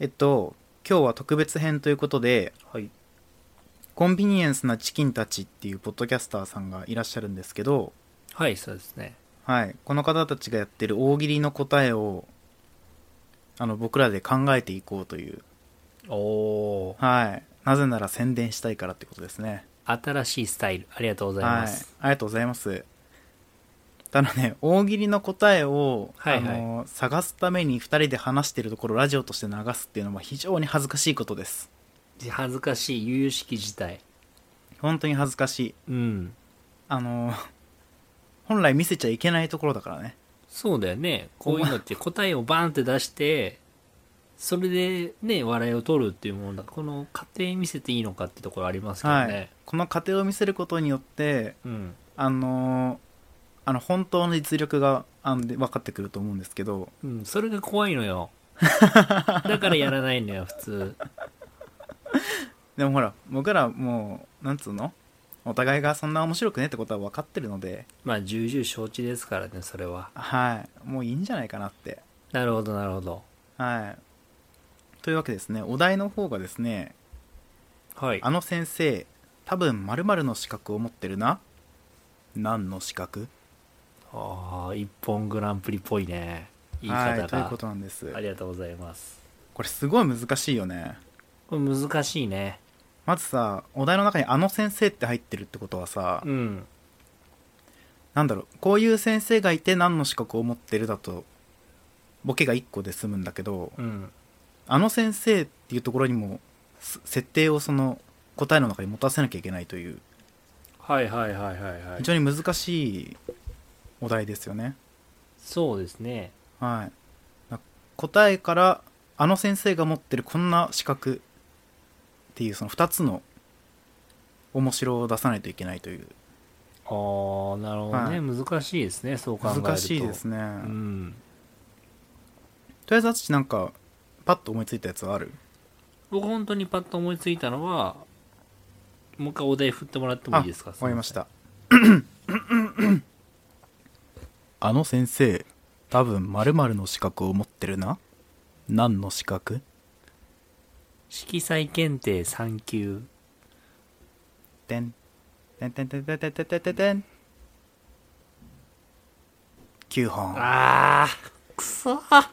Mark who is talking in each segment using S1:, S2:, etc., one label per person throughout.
S1: えっと今日は特別編ということで
S2: はい。
S1: コンビニエンスなチキンたちっていうポッドキャスターさんがいらっしゃるんですけど、
S2: はい、そうですね。
S1: はい、この方たちがやってる大喜利の答えをあの僕らで考えていこうという、
S2: おお
S1: はい、なぜなら宣伝したいからってことですね
S2: ー。新しいスタイル、ありがとうござい
S1: は
S2: ま
S1: い
S2: す。、
S1: ありがとうございますただね大喜利の答えを、
S2: はいは
S1: あ
S2: い
S1: の探すために2人で話してるところをラジオとして流すっていうのは非常に恥ずかしいことです
S2: 恥ずかしい、由々しき事態。
S1: 本当に恥ずかしい
S2: うん。
S1: あの本来見せちゃいけないところだからね
S2: そうだよね。こういうのって答えをバーンって出して、それでね、笑いを取るっていうものだ。この過程見せていいのかってところありますけど
S1: は
S2: ね。
S1: い、この過程を見せることによって
S2: うん。
S1: あのあの本当の実力があので分かってくると思うんですけど
S2: うん、それが怖い のよ。だからやらないのよ、普通。
S1: でもほら僕らもうなんつうのお互いがそんな面白くねってことは分かってるので
S2: まあ、重々承知ですからね、それは。
S1: はいもういいんじゃないかなって
S2: なるほど、なるほど。
S1: はいというわけですねお題の方がですね
S2: はい。
S1: あの先生多分〇〇の資格を持ってるな何の資格
S2: ああ、一本グランプリっぽいね。言い
S1: は
S2: 方
S1: い、という
S2: が
S1: こ。となんです
S2: ありがとうございます。
S1: これすごい難しいよね
S2: これ難しいね。
S1: まずさお題の中に「あの先生」って入ってるってことはさ、
S2: うん。
S1: なんだろうこういう先生がいて何の資格を持ってるだとボケが1個で済むんだけど
S2: うん。
S1: あの先生っていうところにもす設定をその答えの中に持たせなきゃいけないという
S2: はいはいはいはいは
S1: 非。常に難しいお題ですよね
S2: そうですね。
S1: はいな答えからあの先生が持ってるこんな資格っていうその2つの面白を出さないといけないという
S2: ああ、なるほど
S1: は
S2: ね、
S1: い
S2: 難しいですね、そう考えると。
S1: 難しいです
S2: ね。
S1: ね、
S2: うん。
S1: とりあえずあちなんかパッと思いついたやつはある
S2: 僕本当にパッと思いついたのは、もう一回お題振ってもらってもいいですか
S1: あわかりまし。た あの先生多分まるの資格を持ってるな何の資格
S2: すいません色彩検定3級。
S1: てんてんてんてんてんてんてんてんてんてん9本
S2: ああ、くそー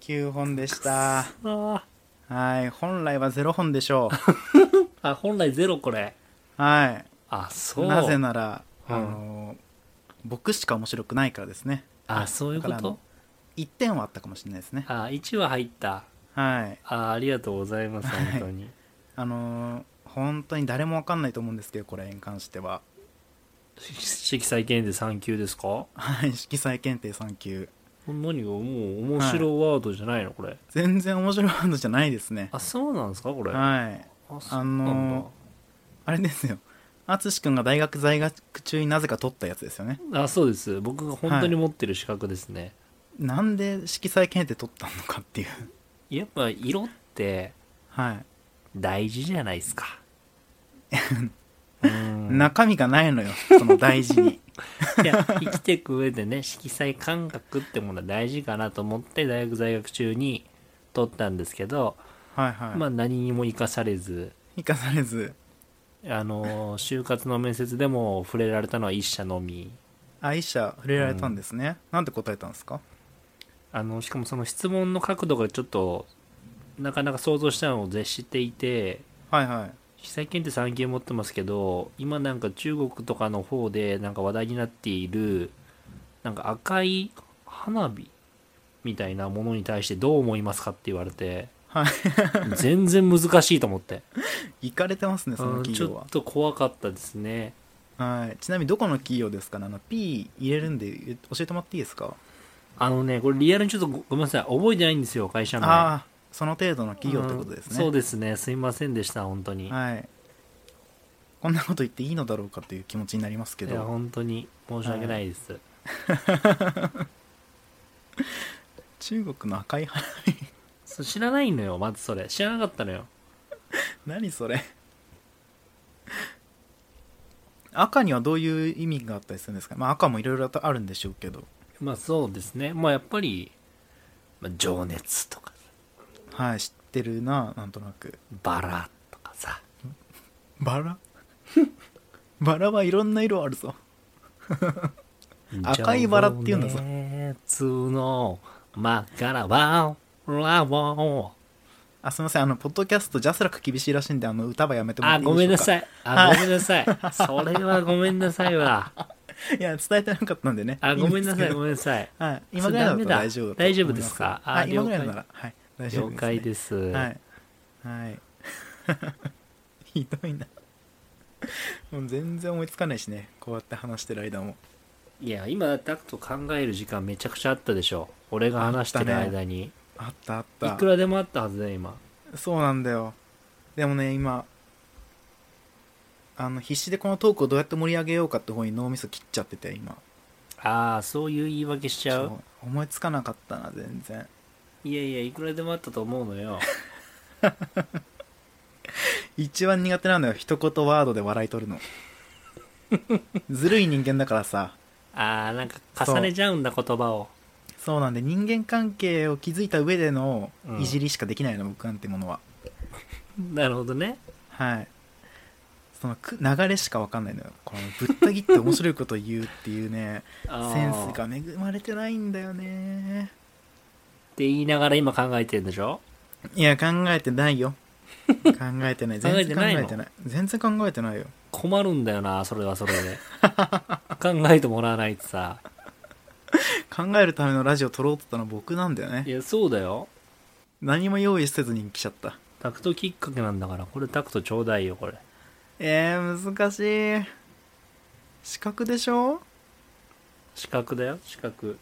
S1: 9本でした
S2: あ
S1: はい本来は0本でしょ
S2: ーあ、本来ゼロこれ。
S1: うは
S2: あ、そう。
S1: いなぜなら、
S2: うん
S1: あの僕しか面白くないからですね
S2: あ、そういうこ
S1: だからあ
S2: と
S1: の1点はあったかもしれないですね
S2: あ、1は入った。
S1: はい
S2: あありがとうございます、
S1: はい
S2: 本当に。
S1: あのー本当に誰もわかんないと思うんですけどこれに関しては
S2: 色彩検定3級ですか
S1: はい色彩検定3級
S2: 何がもう面白ワードじゃないのこれ。
S1: 全然面白い話じゃないですね
S2: あ、そうなんですかこれ。
S1: はい
S2: あ、そうなんだ
S1: あのあれですよ淳君が大学在学中になぜか取ったやつですよね
S2: あ、そうです。僕が本当に持ってる資格ですね。
S1: なんで色彩検定取ったのかっていう
S2: やっぱ色って
S1: はい、
S2: 大事じゃないですか。うん
S1: 中身が ないのよその大事 に
S2: いや生きていく上でね色彩感覚ってものは大事かなと思って大学在学中に取ったんですけど、
S1: はいはい、
S2: まあ何にも生かされず
S1: 生かされず
S2: あのー就活の面接でも触れられたのは一社のみ
S1: 愛車触れられたんですね、なんて答えたんですか
S2: あのしかもその質問の角度がちょっとなかなか想像したのを絶していて
S1: はいはい
S2: 被災権って3級持ってますけど今なんか中国とかの方でなんか話題になっているなんか赤い花火みたいなものに対してどう思いますかって言われて、
S1: はい
S2: 全然難しいと思って
S1: 行かれてます ねその
S2: うん
S1: 企
S2: ち
S1: 業
S2: ょ
S1: は
S2: っと怖かったですね
S1: はい、ちなみにどこの企業ですかねあの P 入れるんでえ教えてもらっていいですか
S2: あのねこれリアルにちょっとごごめんなさい覚えてないんですよ会社名
S1: ああその程度の企業ってことですね、
S2: うんそうですねすいませんでした本当に、
S1: はいこんなこと言っていいのだろうかという気持ちになりますけ
S2: いや
S1: ど
S2: 本当に申し訳ないです、
S1: 中国の赤い 花
S2: そう知らないのよまずそれ知らなかったのよ
S1: 何それ赤にはどういう意味があったりするんですか、まあ、赤もいろいろあるんでしょうけど
S2: まあそうですねまあやっぱり、まあ、情熱とか
S1: はいしってるななんとなく
S2: バラとかさ
S1: バラ バラはいろんな色あるぞ赤いバラって言うんだぞ
S2: 情熱の真っ赤バラを
S1: あすいませんあのポッドキャストジャスラック厳しいらしいんであの歌はやめてもら
S2: あ
S1: っていい
S2: ごめんな
S1: でしょうか
S2: さいあごめんなさいそれはごめんなさいわ
S1: いや伝えてなかったんでね
S2: あごめんな
S1: いいで
S2: さい
S1: すけど
S2: ごめんなさい
S1: はい今ぐらいだと大丈夫だと思います
S2: それダメだ大丈夫ですかあ
S1: はい今
S2: 了
S1: ぐ
S2: 解
S1: らいならはい大丈夫
S2: 了
S1: です、ね、
S2: 解です
S1: はいはい ひどいなもう全然思いつかないしねこうやって話してる間も
S2: いや今だクと考える時間めちゃくちゃあったでしょ俺が話してる
S1: あった
S2: 間に、
S1: あったあっ
S2: い
S1: た
S2: くらでもあったはずだよ今
S1: そうなんだよでもね今あの必死でこのトークをどうやって盛り上げようかって方に脳みそ切っちゃってて今
S2: ああそういう言い訳しちゃう
S1: そう思いつかなかったな全然
S2: いやいやいくらでもあったと思う のよ
S1: 一番苦手なのよ一言ワードで笑い取る のずるい人間だからさ
S2: ああなんか重ねちゃうんだ言葉を
S1: そうなんで人間関係を築いた上での
S2: うん
S1: いじりしかできないの、僕なんてものは
S2: なるほどね
S1: はいそのく流れしか分かんないのよこのぶった切って面白いことを言うっていうね
S2: あー
S1: センス
S2: っ
S1: が恵まれてないんだよね
S2: て言いながら今考えてるんでしょ
S1: いや考えてないよ考えてない
S2: 考
S1: 全
S2: え
S1: 然
S2: て
S1: 考
S2: ないの
S1: えてない全然考えてないよ
S2: 困るんだよなそれはそ れで考えてもらわないとさ
S1: 考えるためのラジオ撮ろうとったの僕なんだよ
S2: い
S1: ね
S2: やそうだよ
S1: 何も用意せずに来ちゃった
S2: タクトきっかけなんだからこれタクトちょうだいよこれ
S1: えー、難しい四角でしょ
S2: 四角だよ四角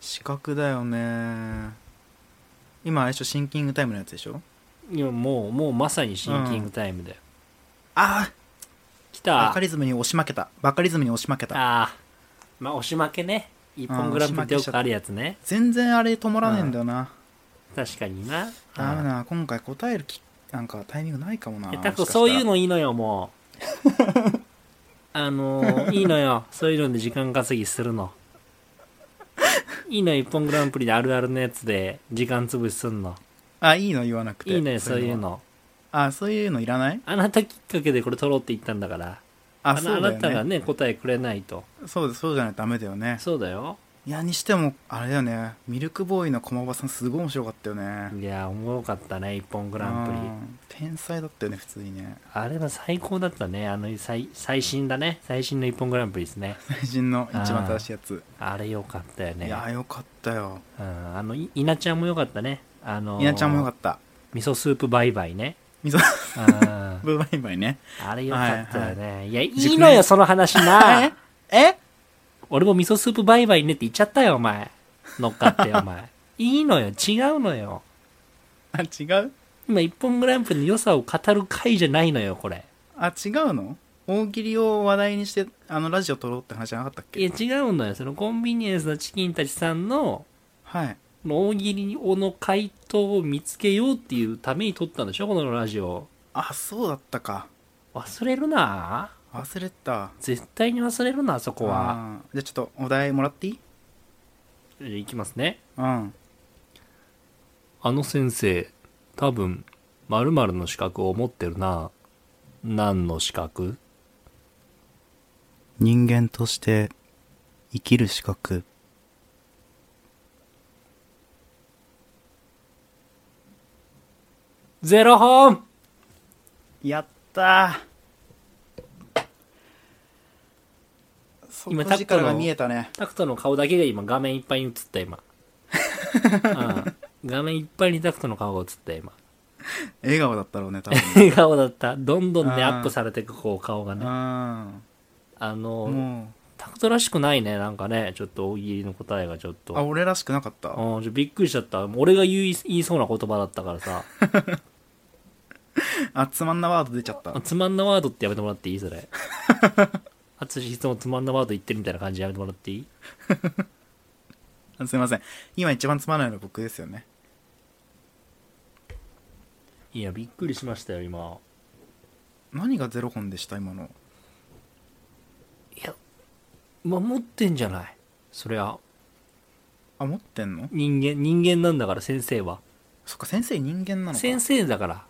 S1: 四角だよね今あれでしょシンキングタイムのやつでしょ
S2: いやもうもうまさにシンキングタイムだよ、
S1: あ
S2: 来
S1: あバ
S2: た
S1: カリズムに押し負けたバカリズムに押し負けた
S2: あーまあ押し負けね一本グランプリでよくあるやつね
S1: 全然あれ止まらねえんだよな、
S2: 確かにな
S1: ダメだな今回答えるきなんかタイミングないかもな
S2: え
S1: もしか
S2: タク
S1: したら
S2: そういうのいいのよもう あのーいいのよそういうので時間稼ぎするのいいのよ一本グランプリであるあるのやつで時間潰しすんの
S1: あいいの言わなくて
S2: いいのよそういう
S1: は
S2: の
S1: あそういうのいらない
S2: あなたきっかけでこれ取ろうって言ったんだから
S1: あ
S2: の
S1: そうだ
S2: あなた
S1: よ
S2: が
S1: ね
S2: ね答えくれないと
S1: そうですそうじゃないとダメだよね
S2: そうだよ
S1: いやにしてもあれだよねミルクボーイの駒場さんすごい面白かったよね
S2: いやおもろかったね一本グ
S1: グ
S2: ランプリ
S1: 天才だったよね普通にね
S2: あれは最高だったねあの最最新だね最新の一本グランプリですね
S1: 最新の一番正しいやつ、
S2: あれよかったよね
S1: いやよかったよ
S2: うんあのい稲ちゃんもよかったねあのー
S1: 稲ちゃんもよかった
S2: 味噌スープバイバ イね。
S1: みそ
S2: うん
S1: ブーバイバイね
S2: あれよかったよね。いや、い
S1: 熟
S2: い
S1: 年
S2: のよ、その話な。
S1: え
S2: 俺も味噌スープバイバイねって言っちゃったよ、お前。乗っかって、お前。 いいのよ、違うのよ。
S1: あ違う
S2: 今、一本グランプリの良さを語る回じゃないのよ、これ。
S1: あ違うの大喜利を話題にしてあのラジオ撮ろうって話じゃなかったっ
S2: いや、
S1: け
S2: 違うのよ。そのコンビニエンスのチキンたちさんの、
S1: はい
S2: 大喜利の回答を見つけようっていうために撮ったんでしょ、このラジオ。
S1: あそうだったか
S2: 忘れるな
S1: 忘れてた
S2: 絶対に忘れるな、そこは。
S1: あーじゃあちょっとお題もらっていい
S2: じゃあいきますね。
S1: うん
S2: あの先生、多分、〇〇の資格を持ってるな。何の資格
S1: 人間として生きる資格
S2: ゼロ本
S1: やったー
S2: 今
S1: 底力が見えたね
S2: タクトの顔だけが今画面いっぱいに映った今。うん画面いっぱいにタクトの顔が映った今。
S1: 笑顔だったろうね多分
S2: 笑顔だった。どんどんね、
S1: あー
S2: アップされてくこう顔がね。あ
S1: う
S2: の
S1: んも
S2: タクトらしくないね。なんかね、ちょっと大喜利の答えがちょっ
S1: うあ
S2: と。
S1: 俺らしくなかった
S2: うん、ちょびっくりしちゃった。俺が言い言いそうな言葉だったからさ。
S1: あつまんなワード出ちゃった
S2: あつまんなワードってやめてもらっていいそ れ。あつしいつもつまんなワード言ってるみたいな感じやめてもらっていい
S1: あすいません今一番つまんないのは僕ですよね
S2: いや、びっくりしましたよ、今。
S1: 何がゼロ本でした今の
S2: いや、守ってんじゃない。そりゃ、
S1: あ持ってんの
S2: 人間、人間なんだから、先生は。
S1: そっか先生人間なのか
S2: 先生だから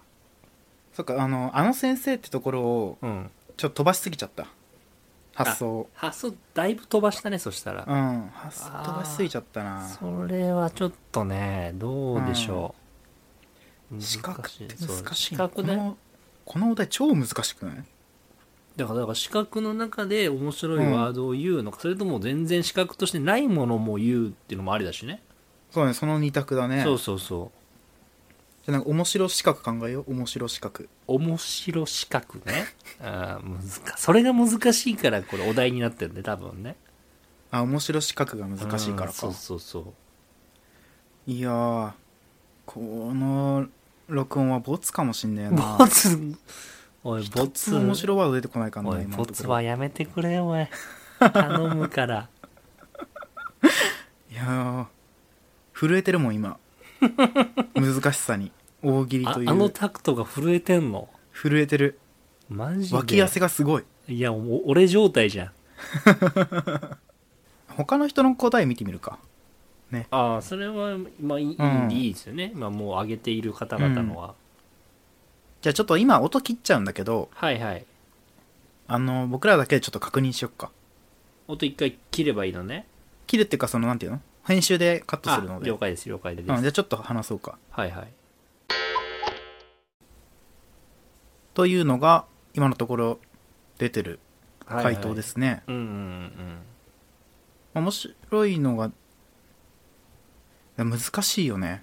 S1: そっかあのあの先生ってところを
S2: うん
S1: ちょっと飛ばしすぎちゃった発想を
S2: 発想だいぶ飛ばしたねそした
S1: う
S2: ら
S1: ん発想飛ばしすぎちゃったな
S2: それはちょっとねどうでしょう、難し
S1: 視
S2: い
S1: 覚って
S2: そう
S1: 難しい
S2: 視
S1: な
S2: 覚
S1: こ
S2: ね
S1: のこのお題超難しくない
S2: だからだから視覚の中で面白いワードを言うのか、それとも全然視覚としてないものも言うっていうのもありだしね
S1: そうねその二択だね
S2: そうそうそう
S1: じゃあなんか面白四角考えよう面白四角
S2: 面白視覚ね あーむずかそれが難しいからこれお題になってるんで多分ね
S1: あ面白四角が難しいから
S2: うん
S1: か、
S2: そうそうそう
S1: いやーこの録音はボツかもしんねえな
S2: ボツおいボ
S1: 一つ
S2: ツ
S1: も面白いワード出てこないから
S2: お
S1: ない今
S2: ボ
S1: のと
S2: ツ
S1: ころ
S2: はやめてくれおい 頼むから
S1: いやー震えてるもん 今難しさに大喜利
S2: あ
S1: とい
S2: あの
S1: う
S2: タクトが震えてんの
S1: 震えてる
S2: マジで
S1: 脇汗がすごい
S2: いやお俺状態じゃん
S1: 他の人の答え見てみるか
S2: ああそれはまあいい,、
S1: うん
S2: いいですよね、まあ、もう上げている方々のは、
S1: じゃあちょっと今音切っちゃうんだけど
S2: はいはい
S1: あの僕らだけでちょっと確認しよっか
S2: 音一回切ればいいのね
S1: 切るっていうかそのなんていうの編集でカットするの
S2: あ
S1: で
S2: 了解です了解です、
S1: うん、じゃあちょっと話そうか
S2: はいはい
S1: というのが今のところ出てる
S2: はいはい
S1: 回答ですね、
S2: うんうんうん
S1: まあ面白いのがいや難しいよね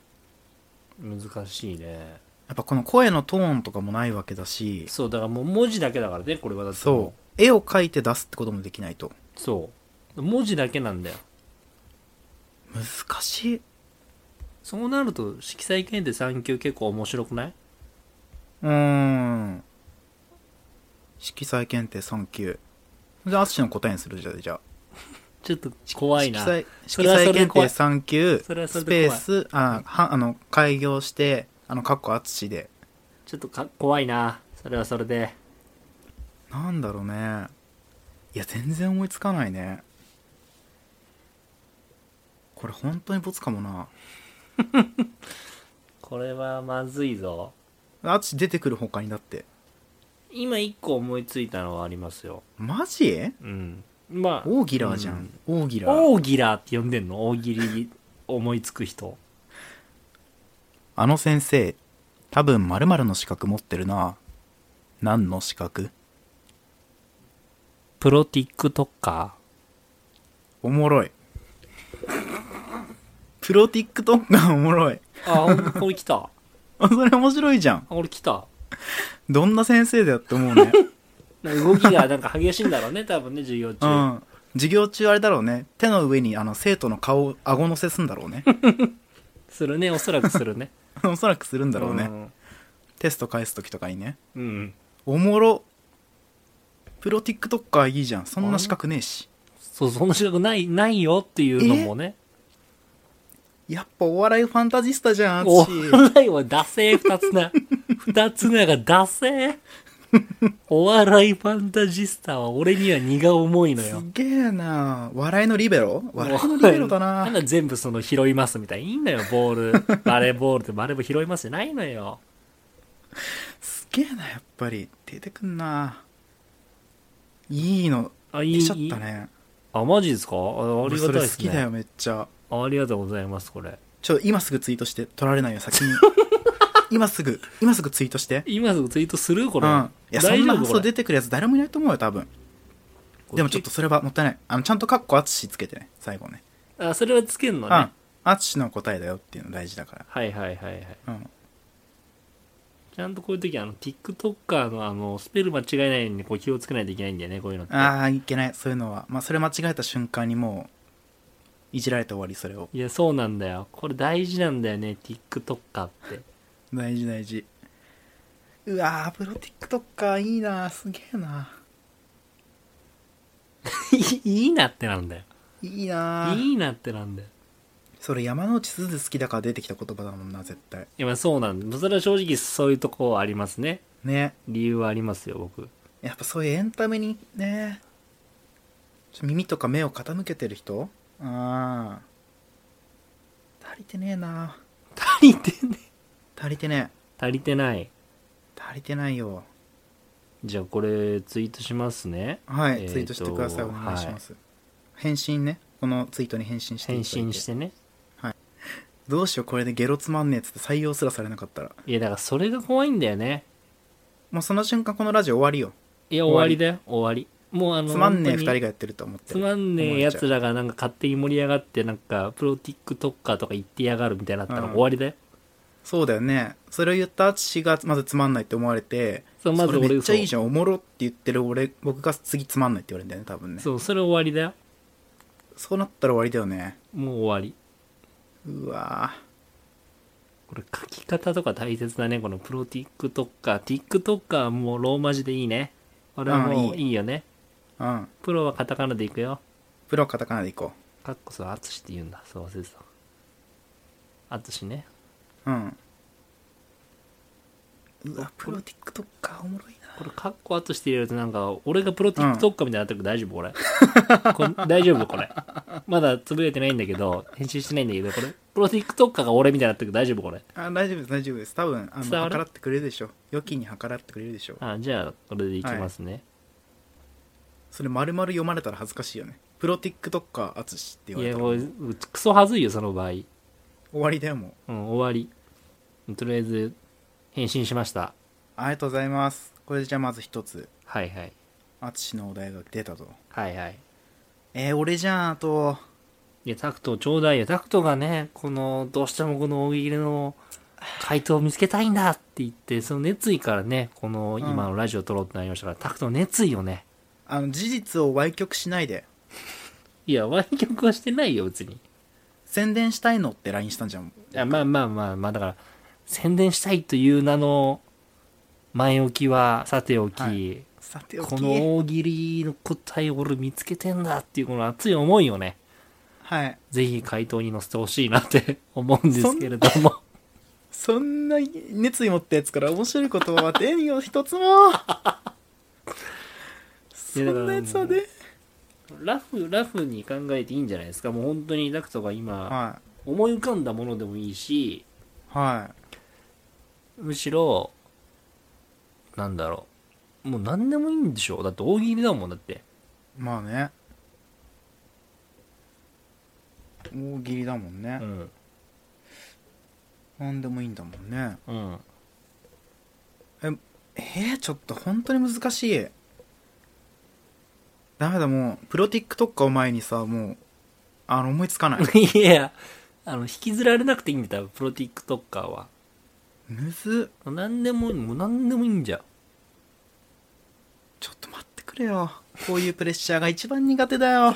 S2: うん難しいね
S1: やっぱこの声のトーンとかもないわけだし
S2: そうだからもう文字だけだからねこれはだっても
S1: そう絵を描いて出すってこともできないと
S2: うそう文字だけなんだよ
S1: 難しい
S2: そうなると色彩検定3級結構面白くないう
S1: ーん色彩検定3級じゃあ淳の答えにするじゃあじゃあ
S2: ちょっと怖い
S1: 色
S2: な
S1: 彩
S2: そ
S1: 色
S2: れはそ
S1: 彩
S2: れで
S1: 検定
S2: 怖い
S1: 3級ス
S2: それはそれで
S1: ペー
S2: 怖い
S1: スあはあの開業してあのかっこ淳で
S2: ちょっとか怖いなそれはそれで
S1: なんだろうねいや全然思いつかないねこれ本当にボツかもな
S2: これはまずいぞ
S1: あっち出てくる他にだって
S2: 今一個思いついたのはありますよ
S1: マジ
S2: うんまあ
S1: オーギラーじゃん、オーギラー
S2: 大ギラーって呼んでんの大喜利思いつく人
S1: あの先生多分〇〇の資格持ってるな何の資格
S2: プロティックとか
S1: おもろいプロティックトンがおもろい
S2: あ俺これ来たあ
S1: あそれ面白いじゃん
S2: 俺来た
S1: どんな先生だよって思うね
S2: なんか動きがなんか激しいんだろうね多分ね授業中、
S1: うん授業中あれだろうね手の上にあの生徒の顔を顎乗せすんだろうね
S2: するねおそらくするね
S1: おそらくす るんだろうね、
S2: うん
S1: テスト返す時とかにね
S2: うん
S1: おもろプロティックトッカーいいじゃんそんな資格ねえし
S2: そうそんな資格ないないよっていうのもね
S1: やっぱお笑いファンタジスタじゃん
S2: お
S1: 私
S2: 笑いはダセー二つな 二つながダセ ーお笑いファンタジスタは俺には荷が重いのよ
S1: すげえな笑いのリベロ笑いのリベロだ
S2: ん
S1: な
S2: か全部その拾いますみたいないいんだよ、ボ ール。バレーボールってバレーボール拾いますじゃないのよ。
S1: すげえなやっぱり出てくんないいの
S2: あ、い
S1: 出
S2: い。
S1: ちゃったね
S2: あ、マジですかああり
S1: 俺そ
S2: がたい
S1: れ
S2: で
S1: 好
S2: す
S1: きだ
S2: ね。
S1: よめっちゃ
S2: ありがとうございます、これ。
S1: ちょ今すぐツイートして取られないよ 先に今すぐ今すぐツイートして
S2: 今すぐツイートするこ
S1: う
S2: れ。
S1: んいやそ
S2: 大
S1: ん
S2: 丈
S1: な
S2: 夫
S1: 発
S2: こ
S1: 想
S2: れ
S1: 出てくるやつ誰もいないと思うよ多分でもちょっと。それはもったいないあのちゃんとカッコ淳つけてね最後ね
S2: あ、それはつけんの
S1: う
S2: ね
S1: ん。淳の答えだよっていうの大事だか
S2: はいはいはいはい。
S1: らうん
S2: ちゃんとこういう時、あの、TikToker のあの、スペル間違えないようにこう気をつけないといけないんだよね、こういうのって。
S1: ああいけないそういうのはまあそれ間違えた瞬間にもういじられて終わりそれを
S2: いや、そうなんだよ。これ大事なんだよね、TikToker って。
S1: 大事大事うわープロティックとかいいなーすげえない
S2: いなってなんだよ。
S1: いいなー
S2: いいなってなんだよ。
S1: それ山之内すず好きだから出てきた言葉だもんな絶対
S2: いや、まあそうなんだ。それは正直そういうとこはありますね。
S1: ね
S2: 理由はありますよ、僕。
S1: やっぱそういうエンタメにねちょ耳とか目を傾けてる人ああ足りてねえな
S2: 足りてね。
S1: 足りてね
S2: 足りてない
S1: え足りてないよ
S2: じゃあこれツイートしますね
S1: はい、
S2: えーと
S1: ツイートしてくださいお願いします、返信ねこのツイートに返信していただ
S2: 返
S1: いて
S2: 信してね
S1: どうしようこれでゲロつまんねえっつって採用すらされなかったら
S2: いやだからそれが怖いんだよね
S1: もうその瞬間このラジオ終わりよ
S2: いや終わりだよ終わりもうあの
S1: つまんねえ2
S2: 本
S1: 人
S2: 当
S1: が
S2: に
S1: やってると思って
S2: つまんねえやつ
S1: ら
S2: らがなんか勝手に盛り上がってなんかプロティックトッカーとか言ってやがるみたいになったら
S1: うん
S2: 終わりだよ、
S1: そうだよねそれを言った淳がまずつまんないって思われて
S2: そうまず
S1: それめ
S2: 俺
S1: っちゃいいじ
S2: そ
S1: ゃんおもろって言ってる俺僕が次つまんないって言われるんだよね多分
S2: う
S1: ね
S2: そうそれ終わりだよ
S1: そうなったら終わりだよね
S2: もう終わり
S1: うわ
S2: これ書き方とか大切だねこのプロティックトッカーティックトッカーはもうローマ字でいいねこれはも
S1: う
S2: うんいいよね
S1: ーうん
S2: プロはカタカナでいくよ
S1: プロはカタカナでいこ
S2: かっこそうアツシって言うんだそう忘れてたアツシね
S1: ううんうわプロティックとかおもろいな
S2: これカッコアツシって入れるとなんか俺がプロティックトッカーみたいになってるけど大丈夫これこれ大丈夫これまだつぶれてないんだけど編集してないんだけどこれプロティックトッカーが俺みたいになってるけど大丈夫これ
S1: あ大丈夫です大丈夫です多分あの
S2: 伝わる
S1: 計らってくれるでしょ良きに計らってくれるでしょ
S2: あじゃあこれでいきますね、
S1: それ丸々読まれたら恥ずかしいよねプロティックとか淳って言わ
S2: い、
S1: れ
S2: や
S1: たら
S2: も
S1: 終
S2: うクソはずいよその場合
S1: わりだよもう
S2: うん、終わり。とりあえず、返信しました。
S1: ありがとうございますこれでじゃあまず一つ
S2: はいはい。
S1: 淳のお題が出たと
S2: はいはい。
S1: えー、俺じゃんあと
S2: いや、タクトちょうだいよ。タクトがね、この、どうしてもこの大喜利の回答を見つけたいんだって言って、その熱意からね、この、今のラジオ撮ろうってなりましたから、タクトの熱意をね、
S1: あの事実を歪曲しないで
S2: いや、湾曲はしてないよ、別に。い
S1: 宣伝したいのって LINE したんじゃん
S2: や、まあまあまあまあ、だから、宣伝したいという名の、前置きはさておき、
S1: はさておき
S2: この大喜利の答えを俺見つけてんだっていうこの熱い思いをね、
S1: はい
S2: ぜひ回答に載せてほしいなって思うんですけれども。
S1: そんな熱意持ったやつから面白いことは手に一つもそんなやつはね
S2: ラフ、ラフに考えていいんじゃないですか。もう本当にダクトが今、
S1: は
S2: 思い浮かんだものでもいいし、
S1: いは
S2: むしろ、なんだろう。もう何でもいいんでしょだって大喜利だもん、だって。
S1: いまあね大喜利だもんね、
S2: うん。
S1: なんでもいいんだもんね
S2: うん。
S1: えー、ちょっと本当に難しいダメだもうプロティックとかを前にさもうあの思いつかない
S2: いや、あの、引きずられなくていいんだよ、プロティックトッカーは。
S1: むずっ
S2: 何でもいい、もう何でもいいんじゃん。
S1: ちょっと待ってくれよこういうプレッシャーが一番苦手だよ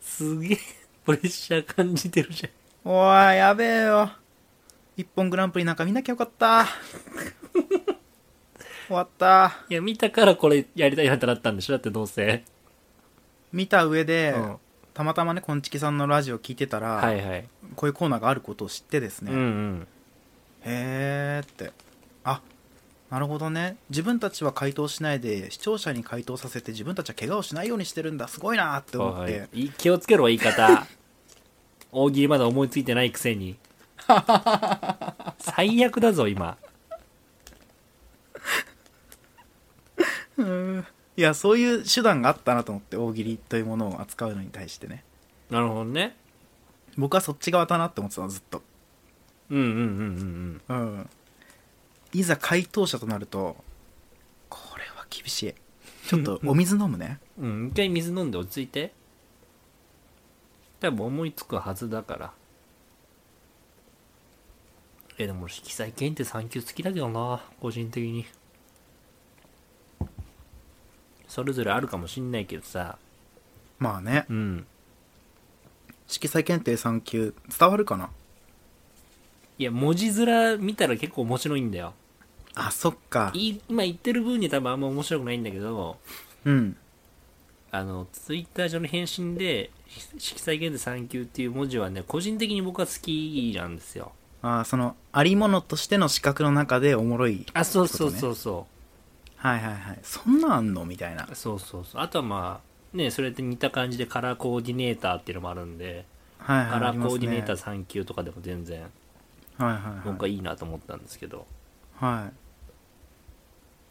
S2: すげえ、 プレッシャー感じてるじゃん。
S1: おいやべえよ一本グランプリなんか見なきゃよかった 終わった
S2: いや、見たからこれやりたいなってなったんでしょだってどうせ。
S1: 見た上で、
S2: うん
S1: たまたまねこんちきさんのラジオ聞いてたら、
S2: はいはい。
S1: こういうコーナーがあることを知ってですね、
S2: うんうん。
S1: へーってあなるほどね自分たちは回答しないで視聴者に回答させて自分たちは怪我をしないようにしてるんだすごいなーって思っ
S2: はい
S1: て、
S2: い気をつけろ、言い 方。大喜利まだ思いついてないくせに。最悪だぞ、今。
S1: いやそういう手段があったなと思って大喜利というものを扱うのに対してね
S2: なるほどね。
S1: 僕はそっち側だなって思ってたのずっと
S2: うんうんうんうん
S1: うんいざ回答者となるとこれは厳しいちょっとお水飲むね
S2: うん。うん、一回水飲んで落ち着いて。多分思いつくはずだから。え、でも俺、色彩検定3級好きだけどな、個人的に。それぞれあるかもしんないけどさ。
S1: まあね
S2: うん。
S1: 色彩検定3級伝わるかない
S2: や、文字面見たら結構面白いんだよ。
S1: あそっか
S2: い今言ってる分には多分あんま面白くないんだけど、
S1: うん
S2: あの、ツイッター上の返信で、色彩限定3級っていう文字はね、個人的に僕は好きなんですよ。
S1: あーそのありものとしての資格の中でおもろい
S2: あ、そう
S1: ってこ
S2: そ
S1: と
S2: う
S1: ね
S2: そうそ
S1: はいはいはいそんなんあんのみたいな
S2: う。そうそうそう。あとはまあ、ね、それって似た感じでカラーコーディネーターっていうのもあるんで、
S1: はいはい
S2: カ
S1: あ
S2: ラ
S1: り
S2: ー
S1: ま
S2: コ
S1: す
S2: ーディネ
S1: ね
S2: ーター3級とかでも全然
S1: はいはい
S2: の
S1: はい
S2: がいいなと思ったんですけど、
S1: はい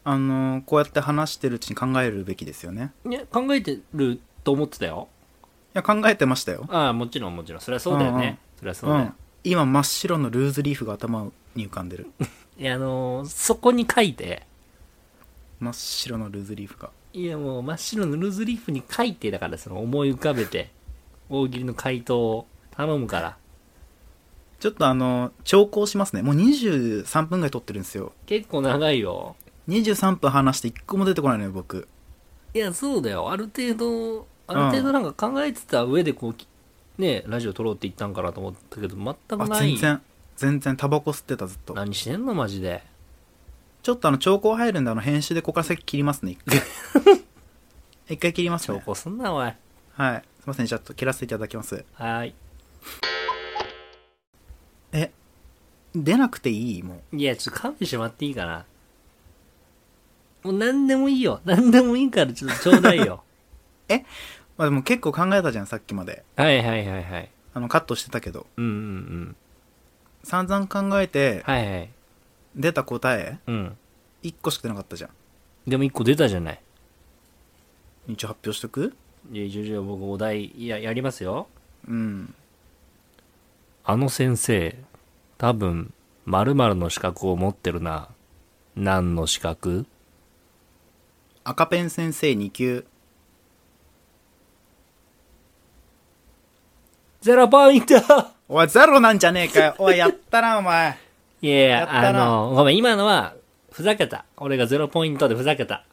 S1: あのーこうやって話してるうちに考えるべきですよね
S2: ね、考えてると思ってたよ
S1: いや考えてましたよ、
S2: ああもちろんもちろんそれはそうだよ
S1: うんうん
S2: ね、それはそうだよ、
S1: ん今真っ白のルーズリーフが頭に浮かんでる
S2: いやあのーそこに書いて
S1: 真っ白のルーズリーフが
S2: いやもう真っ白のルーズリーフに書いてだからその思い浮かべて大喜利の回答を頼むから
S1: ちょっとあのー長考しますねもう23分ぐらい撮ってるんですよ
S2: 結構長いよ
S1: 23分話して1個も出てこないのよ僕
S2: いやそうだよある程度ある程度なんか考えてた上でこうきねラジオ撮ろうって言ったんかなと思ったけど全く
S1: あ
S2: ない
S1: 全然全然タバコ吸ってたずっと
S2: 何してんのマジで
S1: ちょっとあの長考入るんであの編集でここから先切ります ね一回一回切ります
S2: 証
S1: ね
S2: 拠すんなおい
S1: はいすいませんちょっと切らせていただきます
S2: はーい
S1: え出なくていいもう
S2: いや、ちょっと勘弁してもらっていいかな。もう何でもいいよ。何でもいいからちょっとちょうだいよ。
S1: まあでも結構考えたじゃんさっきまで
S2: はいはいはいはい。
S1: あのカットしてたけど
S2: うんうんうん。
S1: 散々考えて
S2: はいはい。
S1: 出た答え
S2: うん。
S1: 1個しか出なかったじゃ
S2: でも一個出たじゃない。
S1: ん一応発表しとく
S2: いや、徐々僕お題、いや、やりますよ。
S1: うん
S2: あの先生、多分、〇〇の資格を持ってるな。何の資格
S1: 赤ペン先生2級
S2: ゼロポ イント
S1: おいゼロなんじゃねえかよおいやったなお前
S2: いやい
S1: やっ
S2: や、あ
S1: たな
S2: の、ごめん、今のは、ふざけた。俺がゼロポイントでふざけた。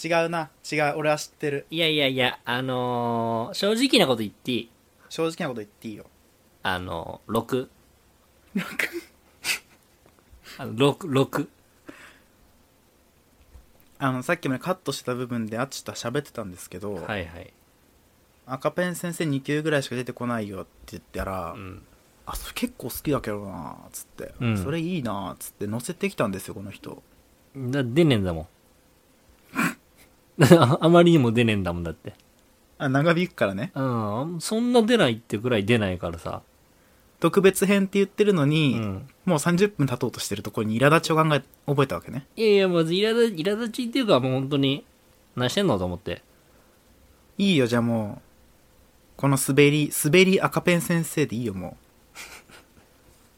S1: 違うな違う俺は知ってる
S2: いやいやいや、あのー正直なこと言っていい。
S1: 正直なこと言っていいよ
S2: あの、6。あの6、6。
S1: あのさっきまでカットしてた部分であっちとは喋ってたんですけど、
S2: はいはい。
S1: 赤ペン先生2級ぐらいしか出てこないよって言ったら、
S2: うん。
S1: あそれ結構好きだけどなっつって、
S2: うん
S1: それいいなっつって載せてきたんですよこの人
S2: だ、出ねえん だもん。ああまりにも出ねえんだもんだって。
S1: あ長引くからね
S2: うん。そんな出ないってぐらい出ないからさ。
S1: 特別編って言ってるの
S2: う
S1: に、
S2: ん。
S1: もう30分経とうとしてるところに苛立ちを考え覚えたわけね
S2: いやいや、まず、いらだ、いらだちっていうか、もう本当に、何してんのと思って。
S1: いいよじゃあもうこの滑り滑り赤ペン先生でいいよも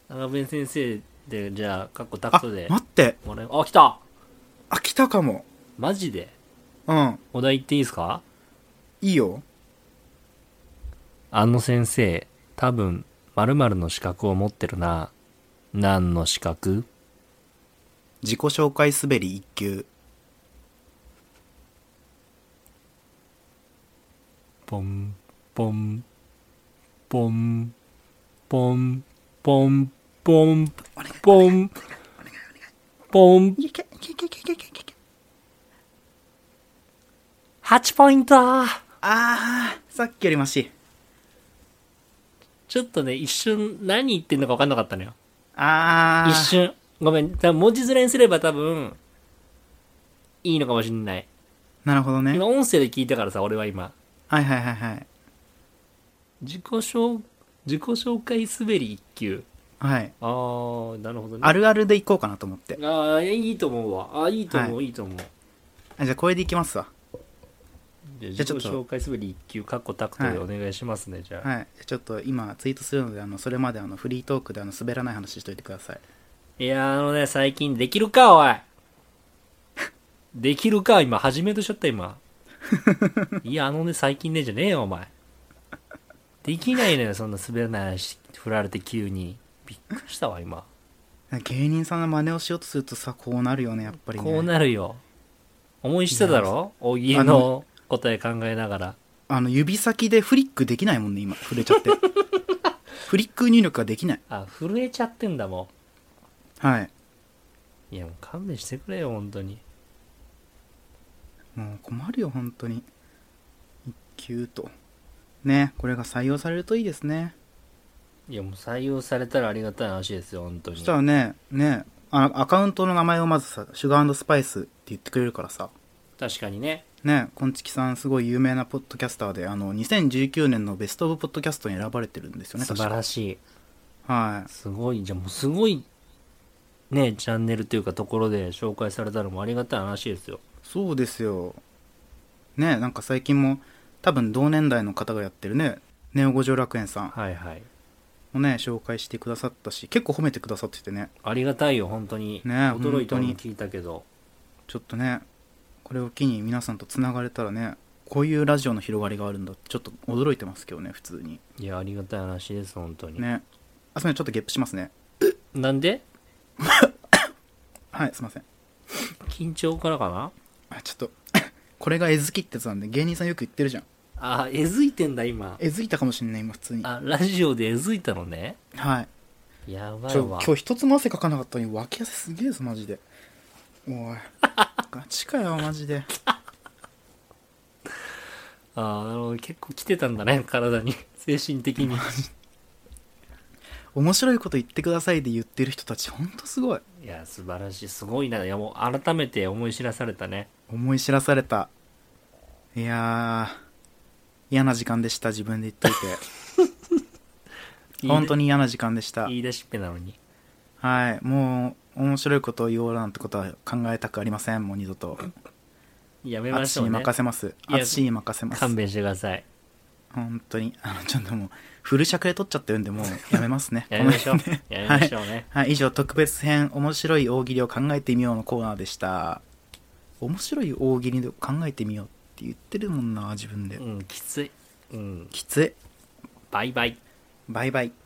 S2: 長弁先生で、じゃあ、かっこタ
S1: うあ
S2: クトで、
S1: 待って
S2: もらえ、あ、来た
S1: あ来たかも
S2: マジで
S1: うん
S2: お題言っていいですか
S1: いいよ
S2: あの先生、多分、〇〇の資格を持ってるな。何の資格
S1: 自己紹介滑り1級
S2: ポン、ポン、ポン、ポン、ポン、ポン、ポン、ポン、
S1: いけいけいけいけいけいけ
S2: 8ポイント
S1: あー、さっきよりマシ。
S2: ちょっとね、一瞬何言ってんのか分かんなかったのよ。
S1: あー。
S2: 一瞬。ごめん、多分文字連れにすれば多分、いいのかもしんない。
S1: なるほどね。
S2: 今音声で聞いたからさ、俺は今。
S1: はいはいはいはい。
S2: 自己紹、自己紹介滑り一級。
S1: はい。
S2: あー、なるほどね。
S1: あるあるでいこうかなと思って。
S2: ああ、いいと思うわ。あいいと思う、い、いと思う。
S1: あじゃあこれでいきますわ。
S2: じゃあ
S1: じゃ
S2: 自
S1: あ
S2: 己
S1: ちょっと
S2: 紹介すべり一級、カッコタクトでお願いしますね、じゃあ。
S1: はい。ちょっと今ツイートするので、あの、それまであの、フリートークであの、滑らない話しといてください。
S2: い、やー、あのね、最近できるか、おい できるか、今、始めようとしちゃった、 今。いや、あのね、最近ね、じゃねえよ、お前。できないのよ、そんな滑らない話、振られて急に。びっくりしたわ、今。
S1: 芸人さんの真似をしようとするとさ、こうなるよね、やっぱりね。
S2: こうなるよ。思いしただろお家
S1: あ
S2: の
S1: の
S2: 答え考えながら。
S1: あの、指先でフリックできないもんね、今。触れち ゃって。フリック入力ができない。
S2: あ、震えちゃってんだもん。
S1: はい。
S2: いやもう勘弁してくれよ本当に
S1: もう困るよ、本当に。一級と。ね、これが採用されるといいですね。
S2: いやもう採用されたらありがたい話ですよ本当に
S1: そしたらね、ね、あアカウントの名前をまずさ、シュガースパイスって言ってくれるからさ、
S2: 確かにね
S1: ね、こんちきさんすごい有名なポッドキャスターで、あの、2019年のベストオブポッドキャストに選ばれてるんですよね、
S2: 素晴らしい
S1: はい
S2: すごいじゃあもうすごいねチャンネルというかところで紹介されたのもありがたい話ですよ
S1: そうですよねなんか最近も多分同年代の方がやってるねネオ五条楽園さん
S2: はいはい
S1: もね紹介してくださったし結構褒めてくださっててね
S2: ありがたいよ本当に
S1: ね
S2: 驚いた
S1: 本当
S2: の
S1: に
S2: 聞いたけど
S1: ちょっとねこれを機に皆さんとつながれたらねこういうラジオの広がりがあるんだってちょっと驚いてますけどね普通に
S2: いやありがたい話です本当に、
S1: ねあすみませんちょっとゲップしますね
S2: なんで
S1: はいすいません
S2: 緊張からかな
S1: あちょっと これが絵好きってやつなんで芸人さんよく言ってるじゃん
S2: あえずいてんだ今
S1: 絵づいたかもしんない今普通に
S2: あラジオでえずいたのね
S1: はい
S2: やばい
S1: ちょ
S2: わ
S1: 今日一つも汗かかなかったのに脇汗すげえぞマジでおい ガチかよマジで
S2: ああなるほど結構来てたんだね体に 精神的に
S1: 面白いこと言ってくださいで言ってる人たちほんとすごい
S2: いや素晴らしいすごいないやもう改めて思い知らされたね
S1: 思い知らされたいやー嫌な時間でした自分で言っとい て本当
S2: に
S1: に嫌な時間でした
S2: 言い出しっぺなのに
S1: はいもう面白いことを言おうなんてことは考えたくありませんもう二度と
S2: やめまし
S1: 淳
S2: ょ
S1: に
S2: うね
S1: 任せます
S2: いや
S1: 淳に任せます
S2: 勘弁してください
S1: 本当にあのちょっともうフル尺で取っちゃってるんでもうやめますね
S2: やめましょう
S1: ごめんね
S2: やめましょうね、
S1: はい、以上特別編面白い大喜利を考えてみようのコーナーでした面白い大喜利で考えてみようって言ってるもんな自分で、
S2: うんきついうん
S1: きつい
S2: バイバイ
S1: バイバイ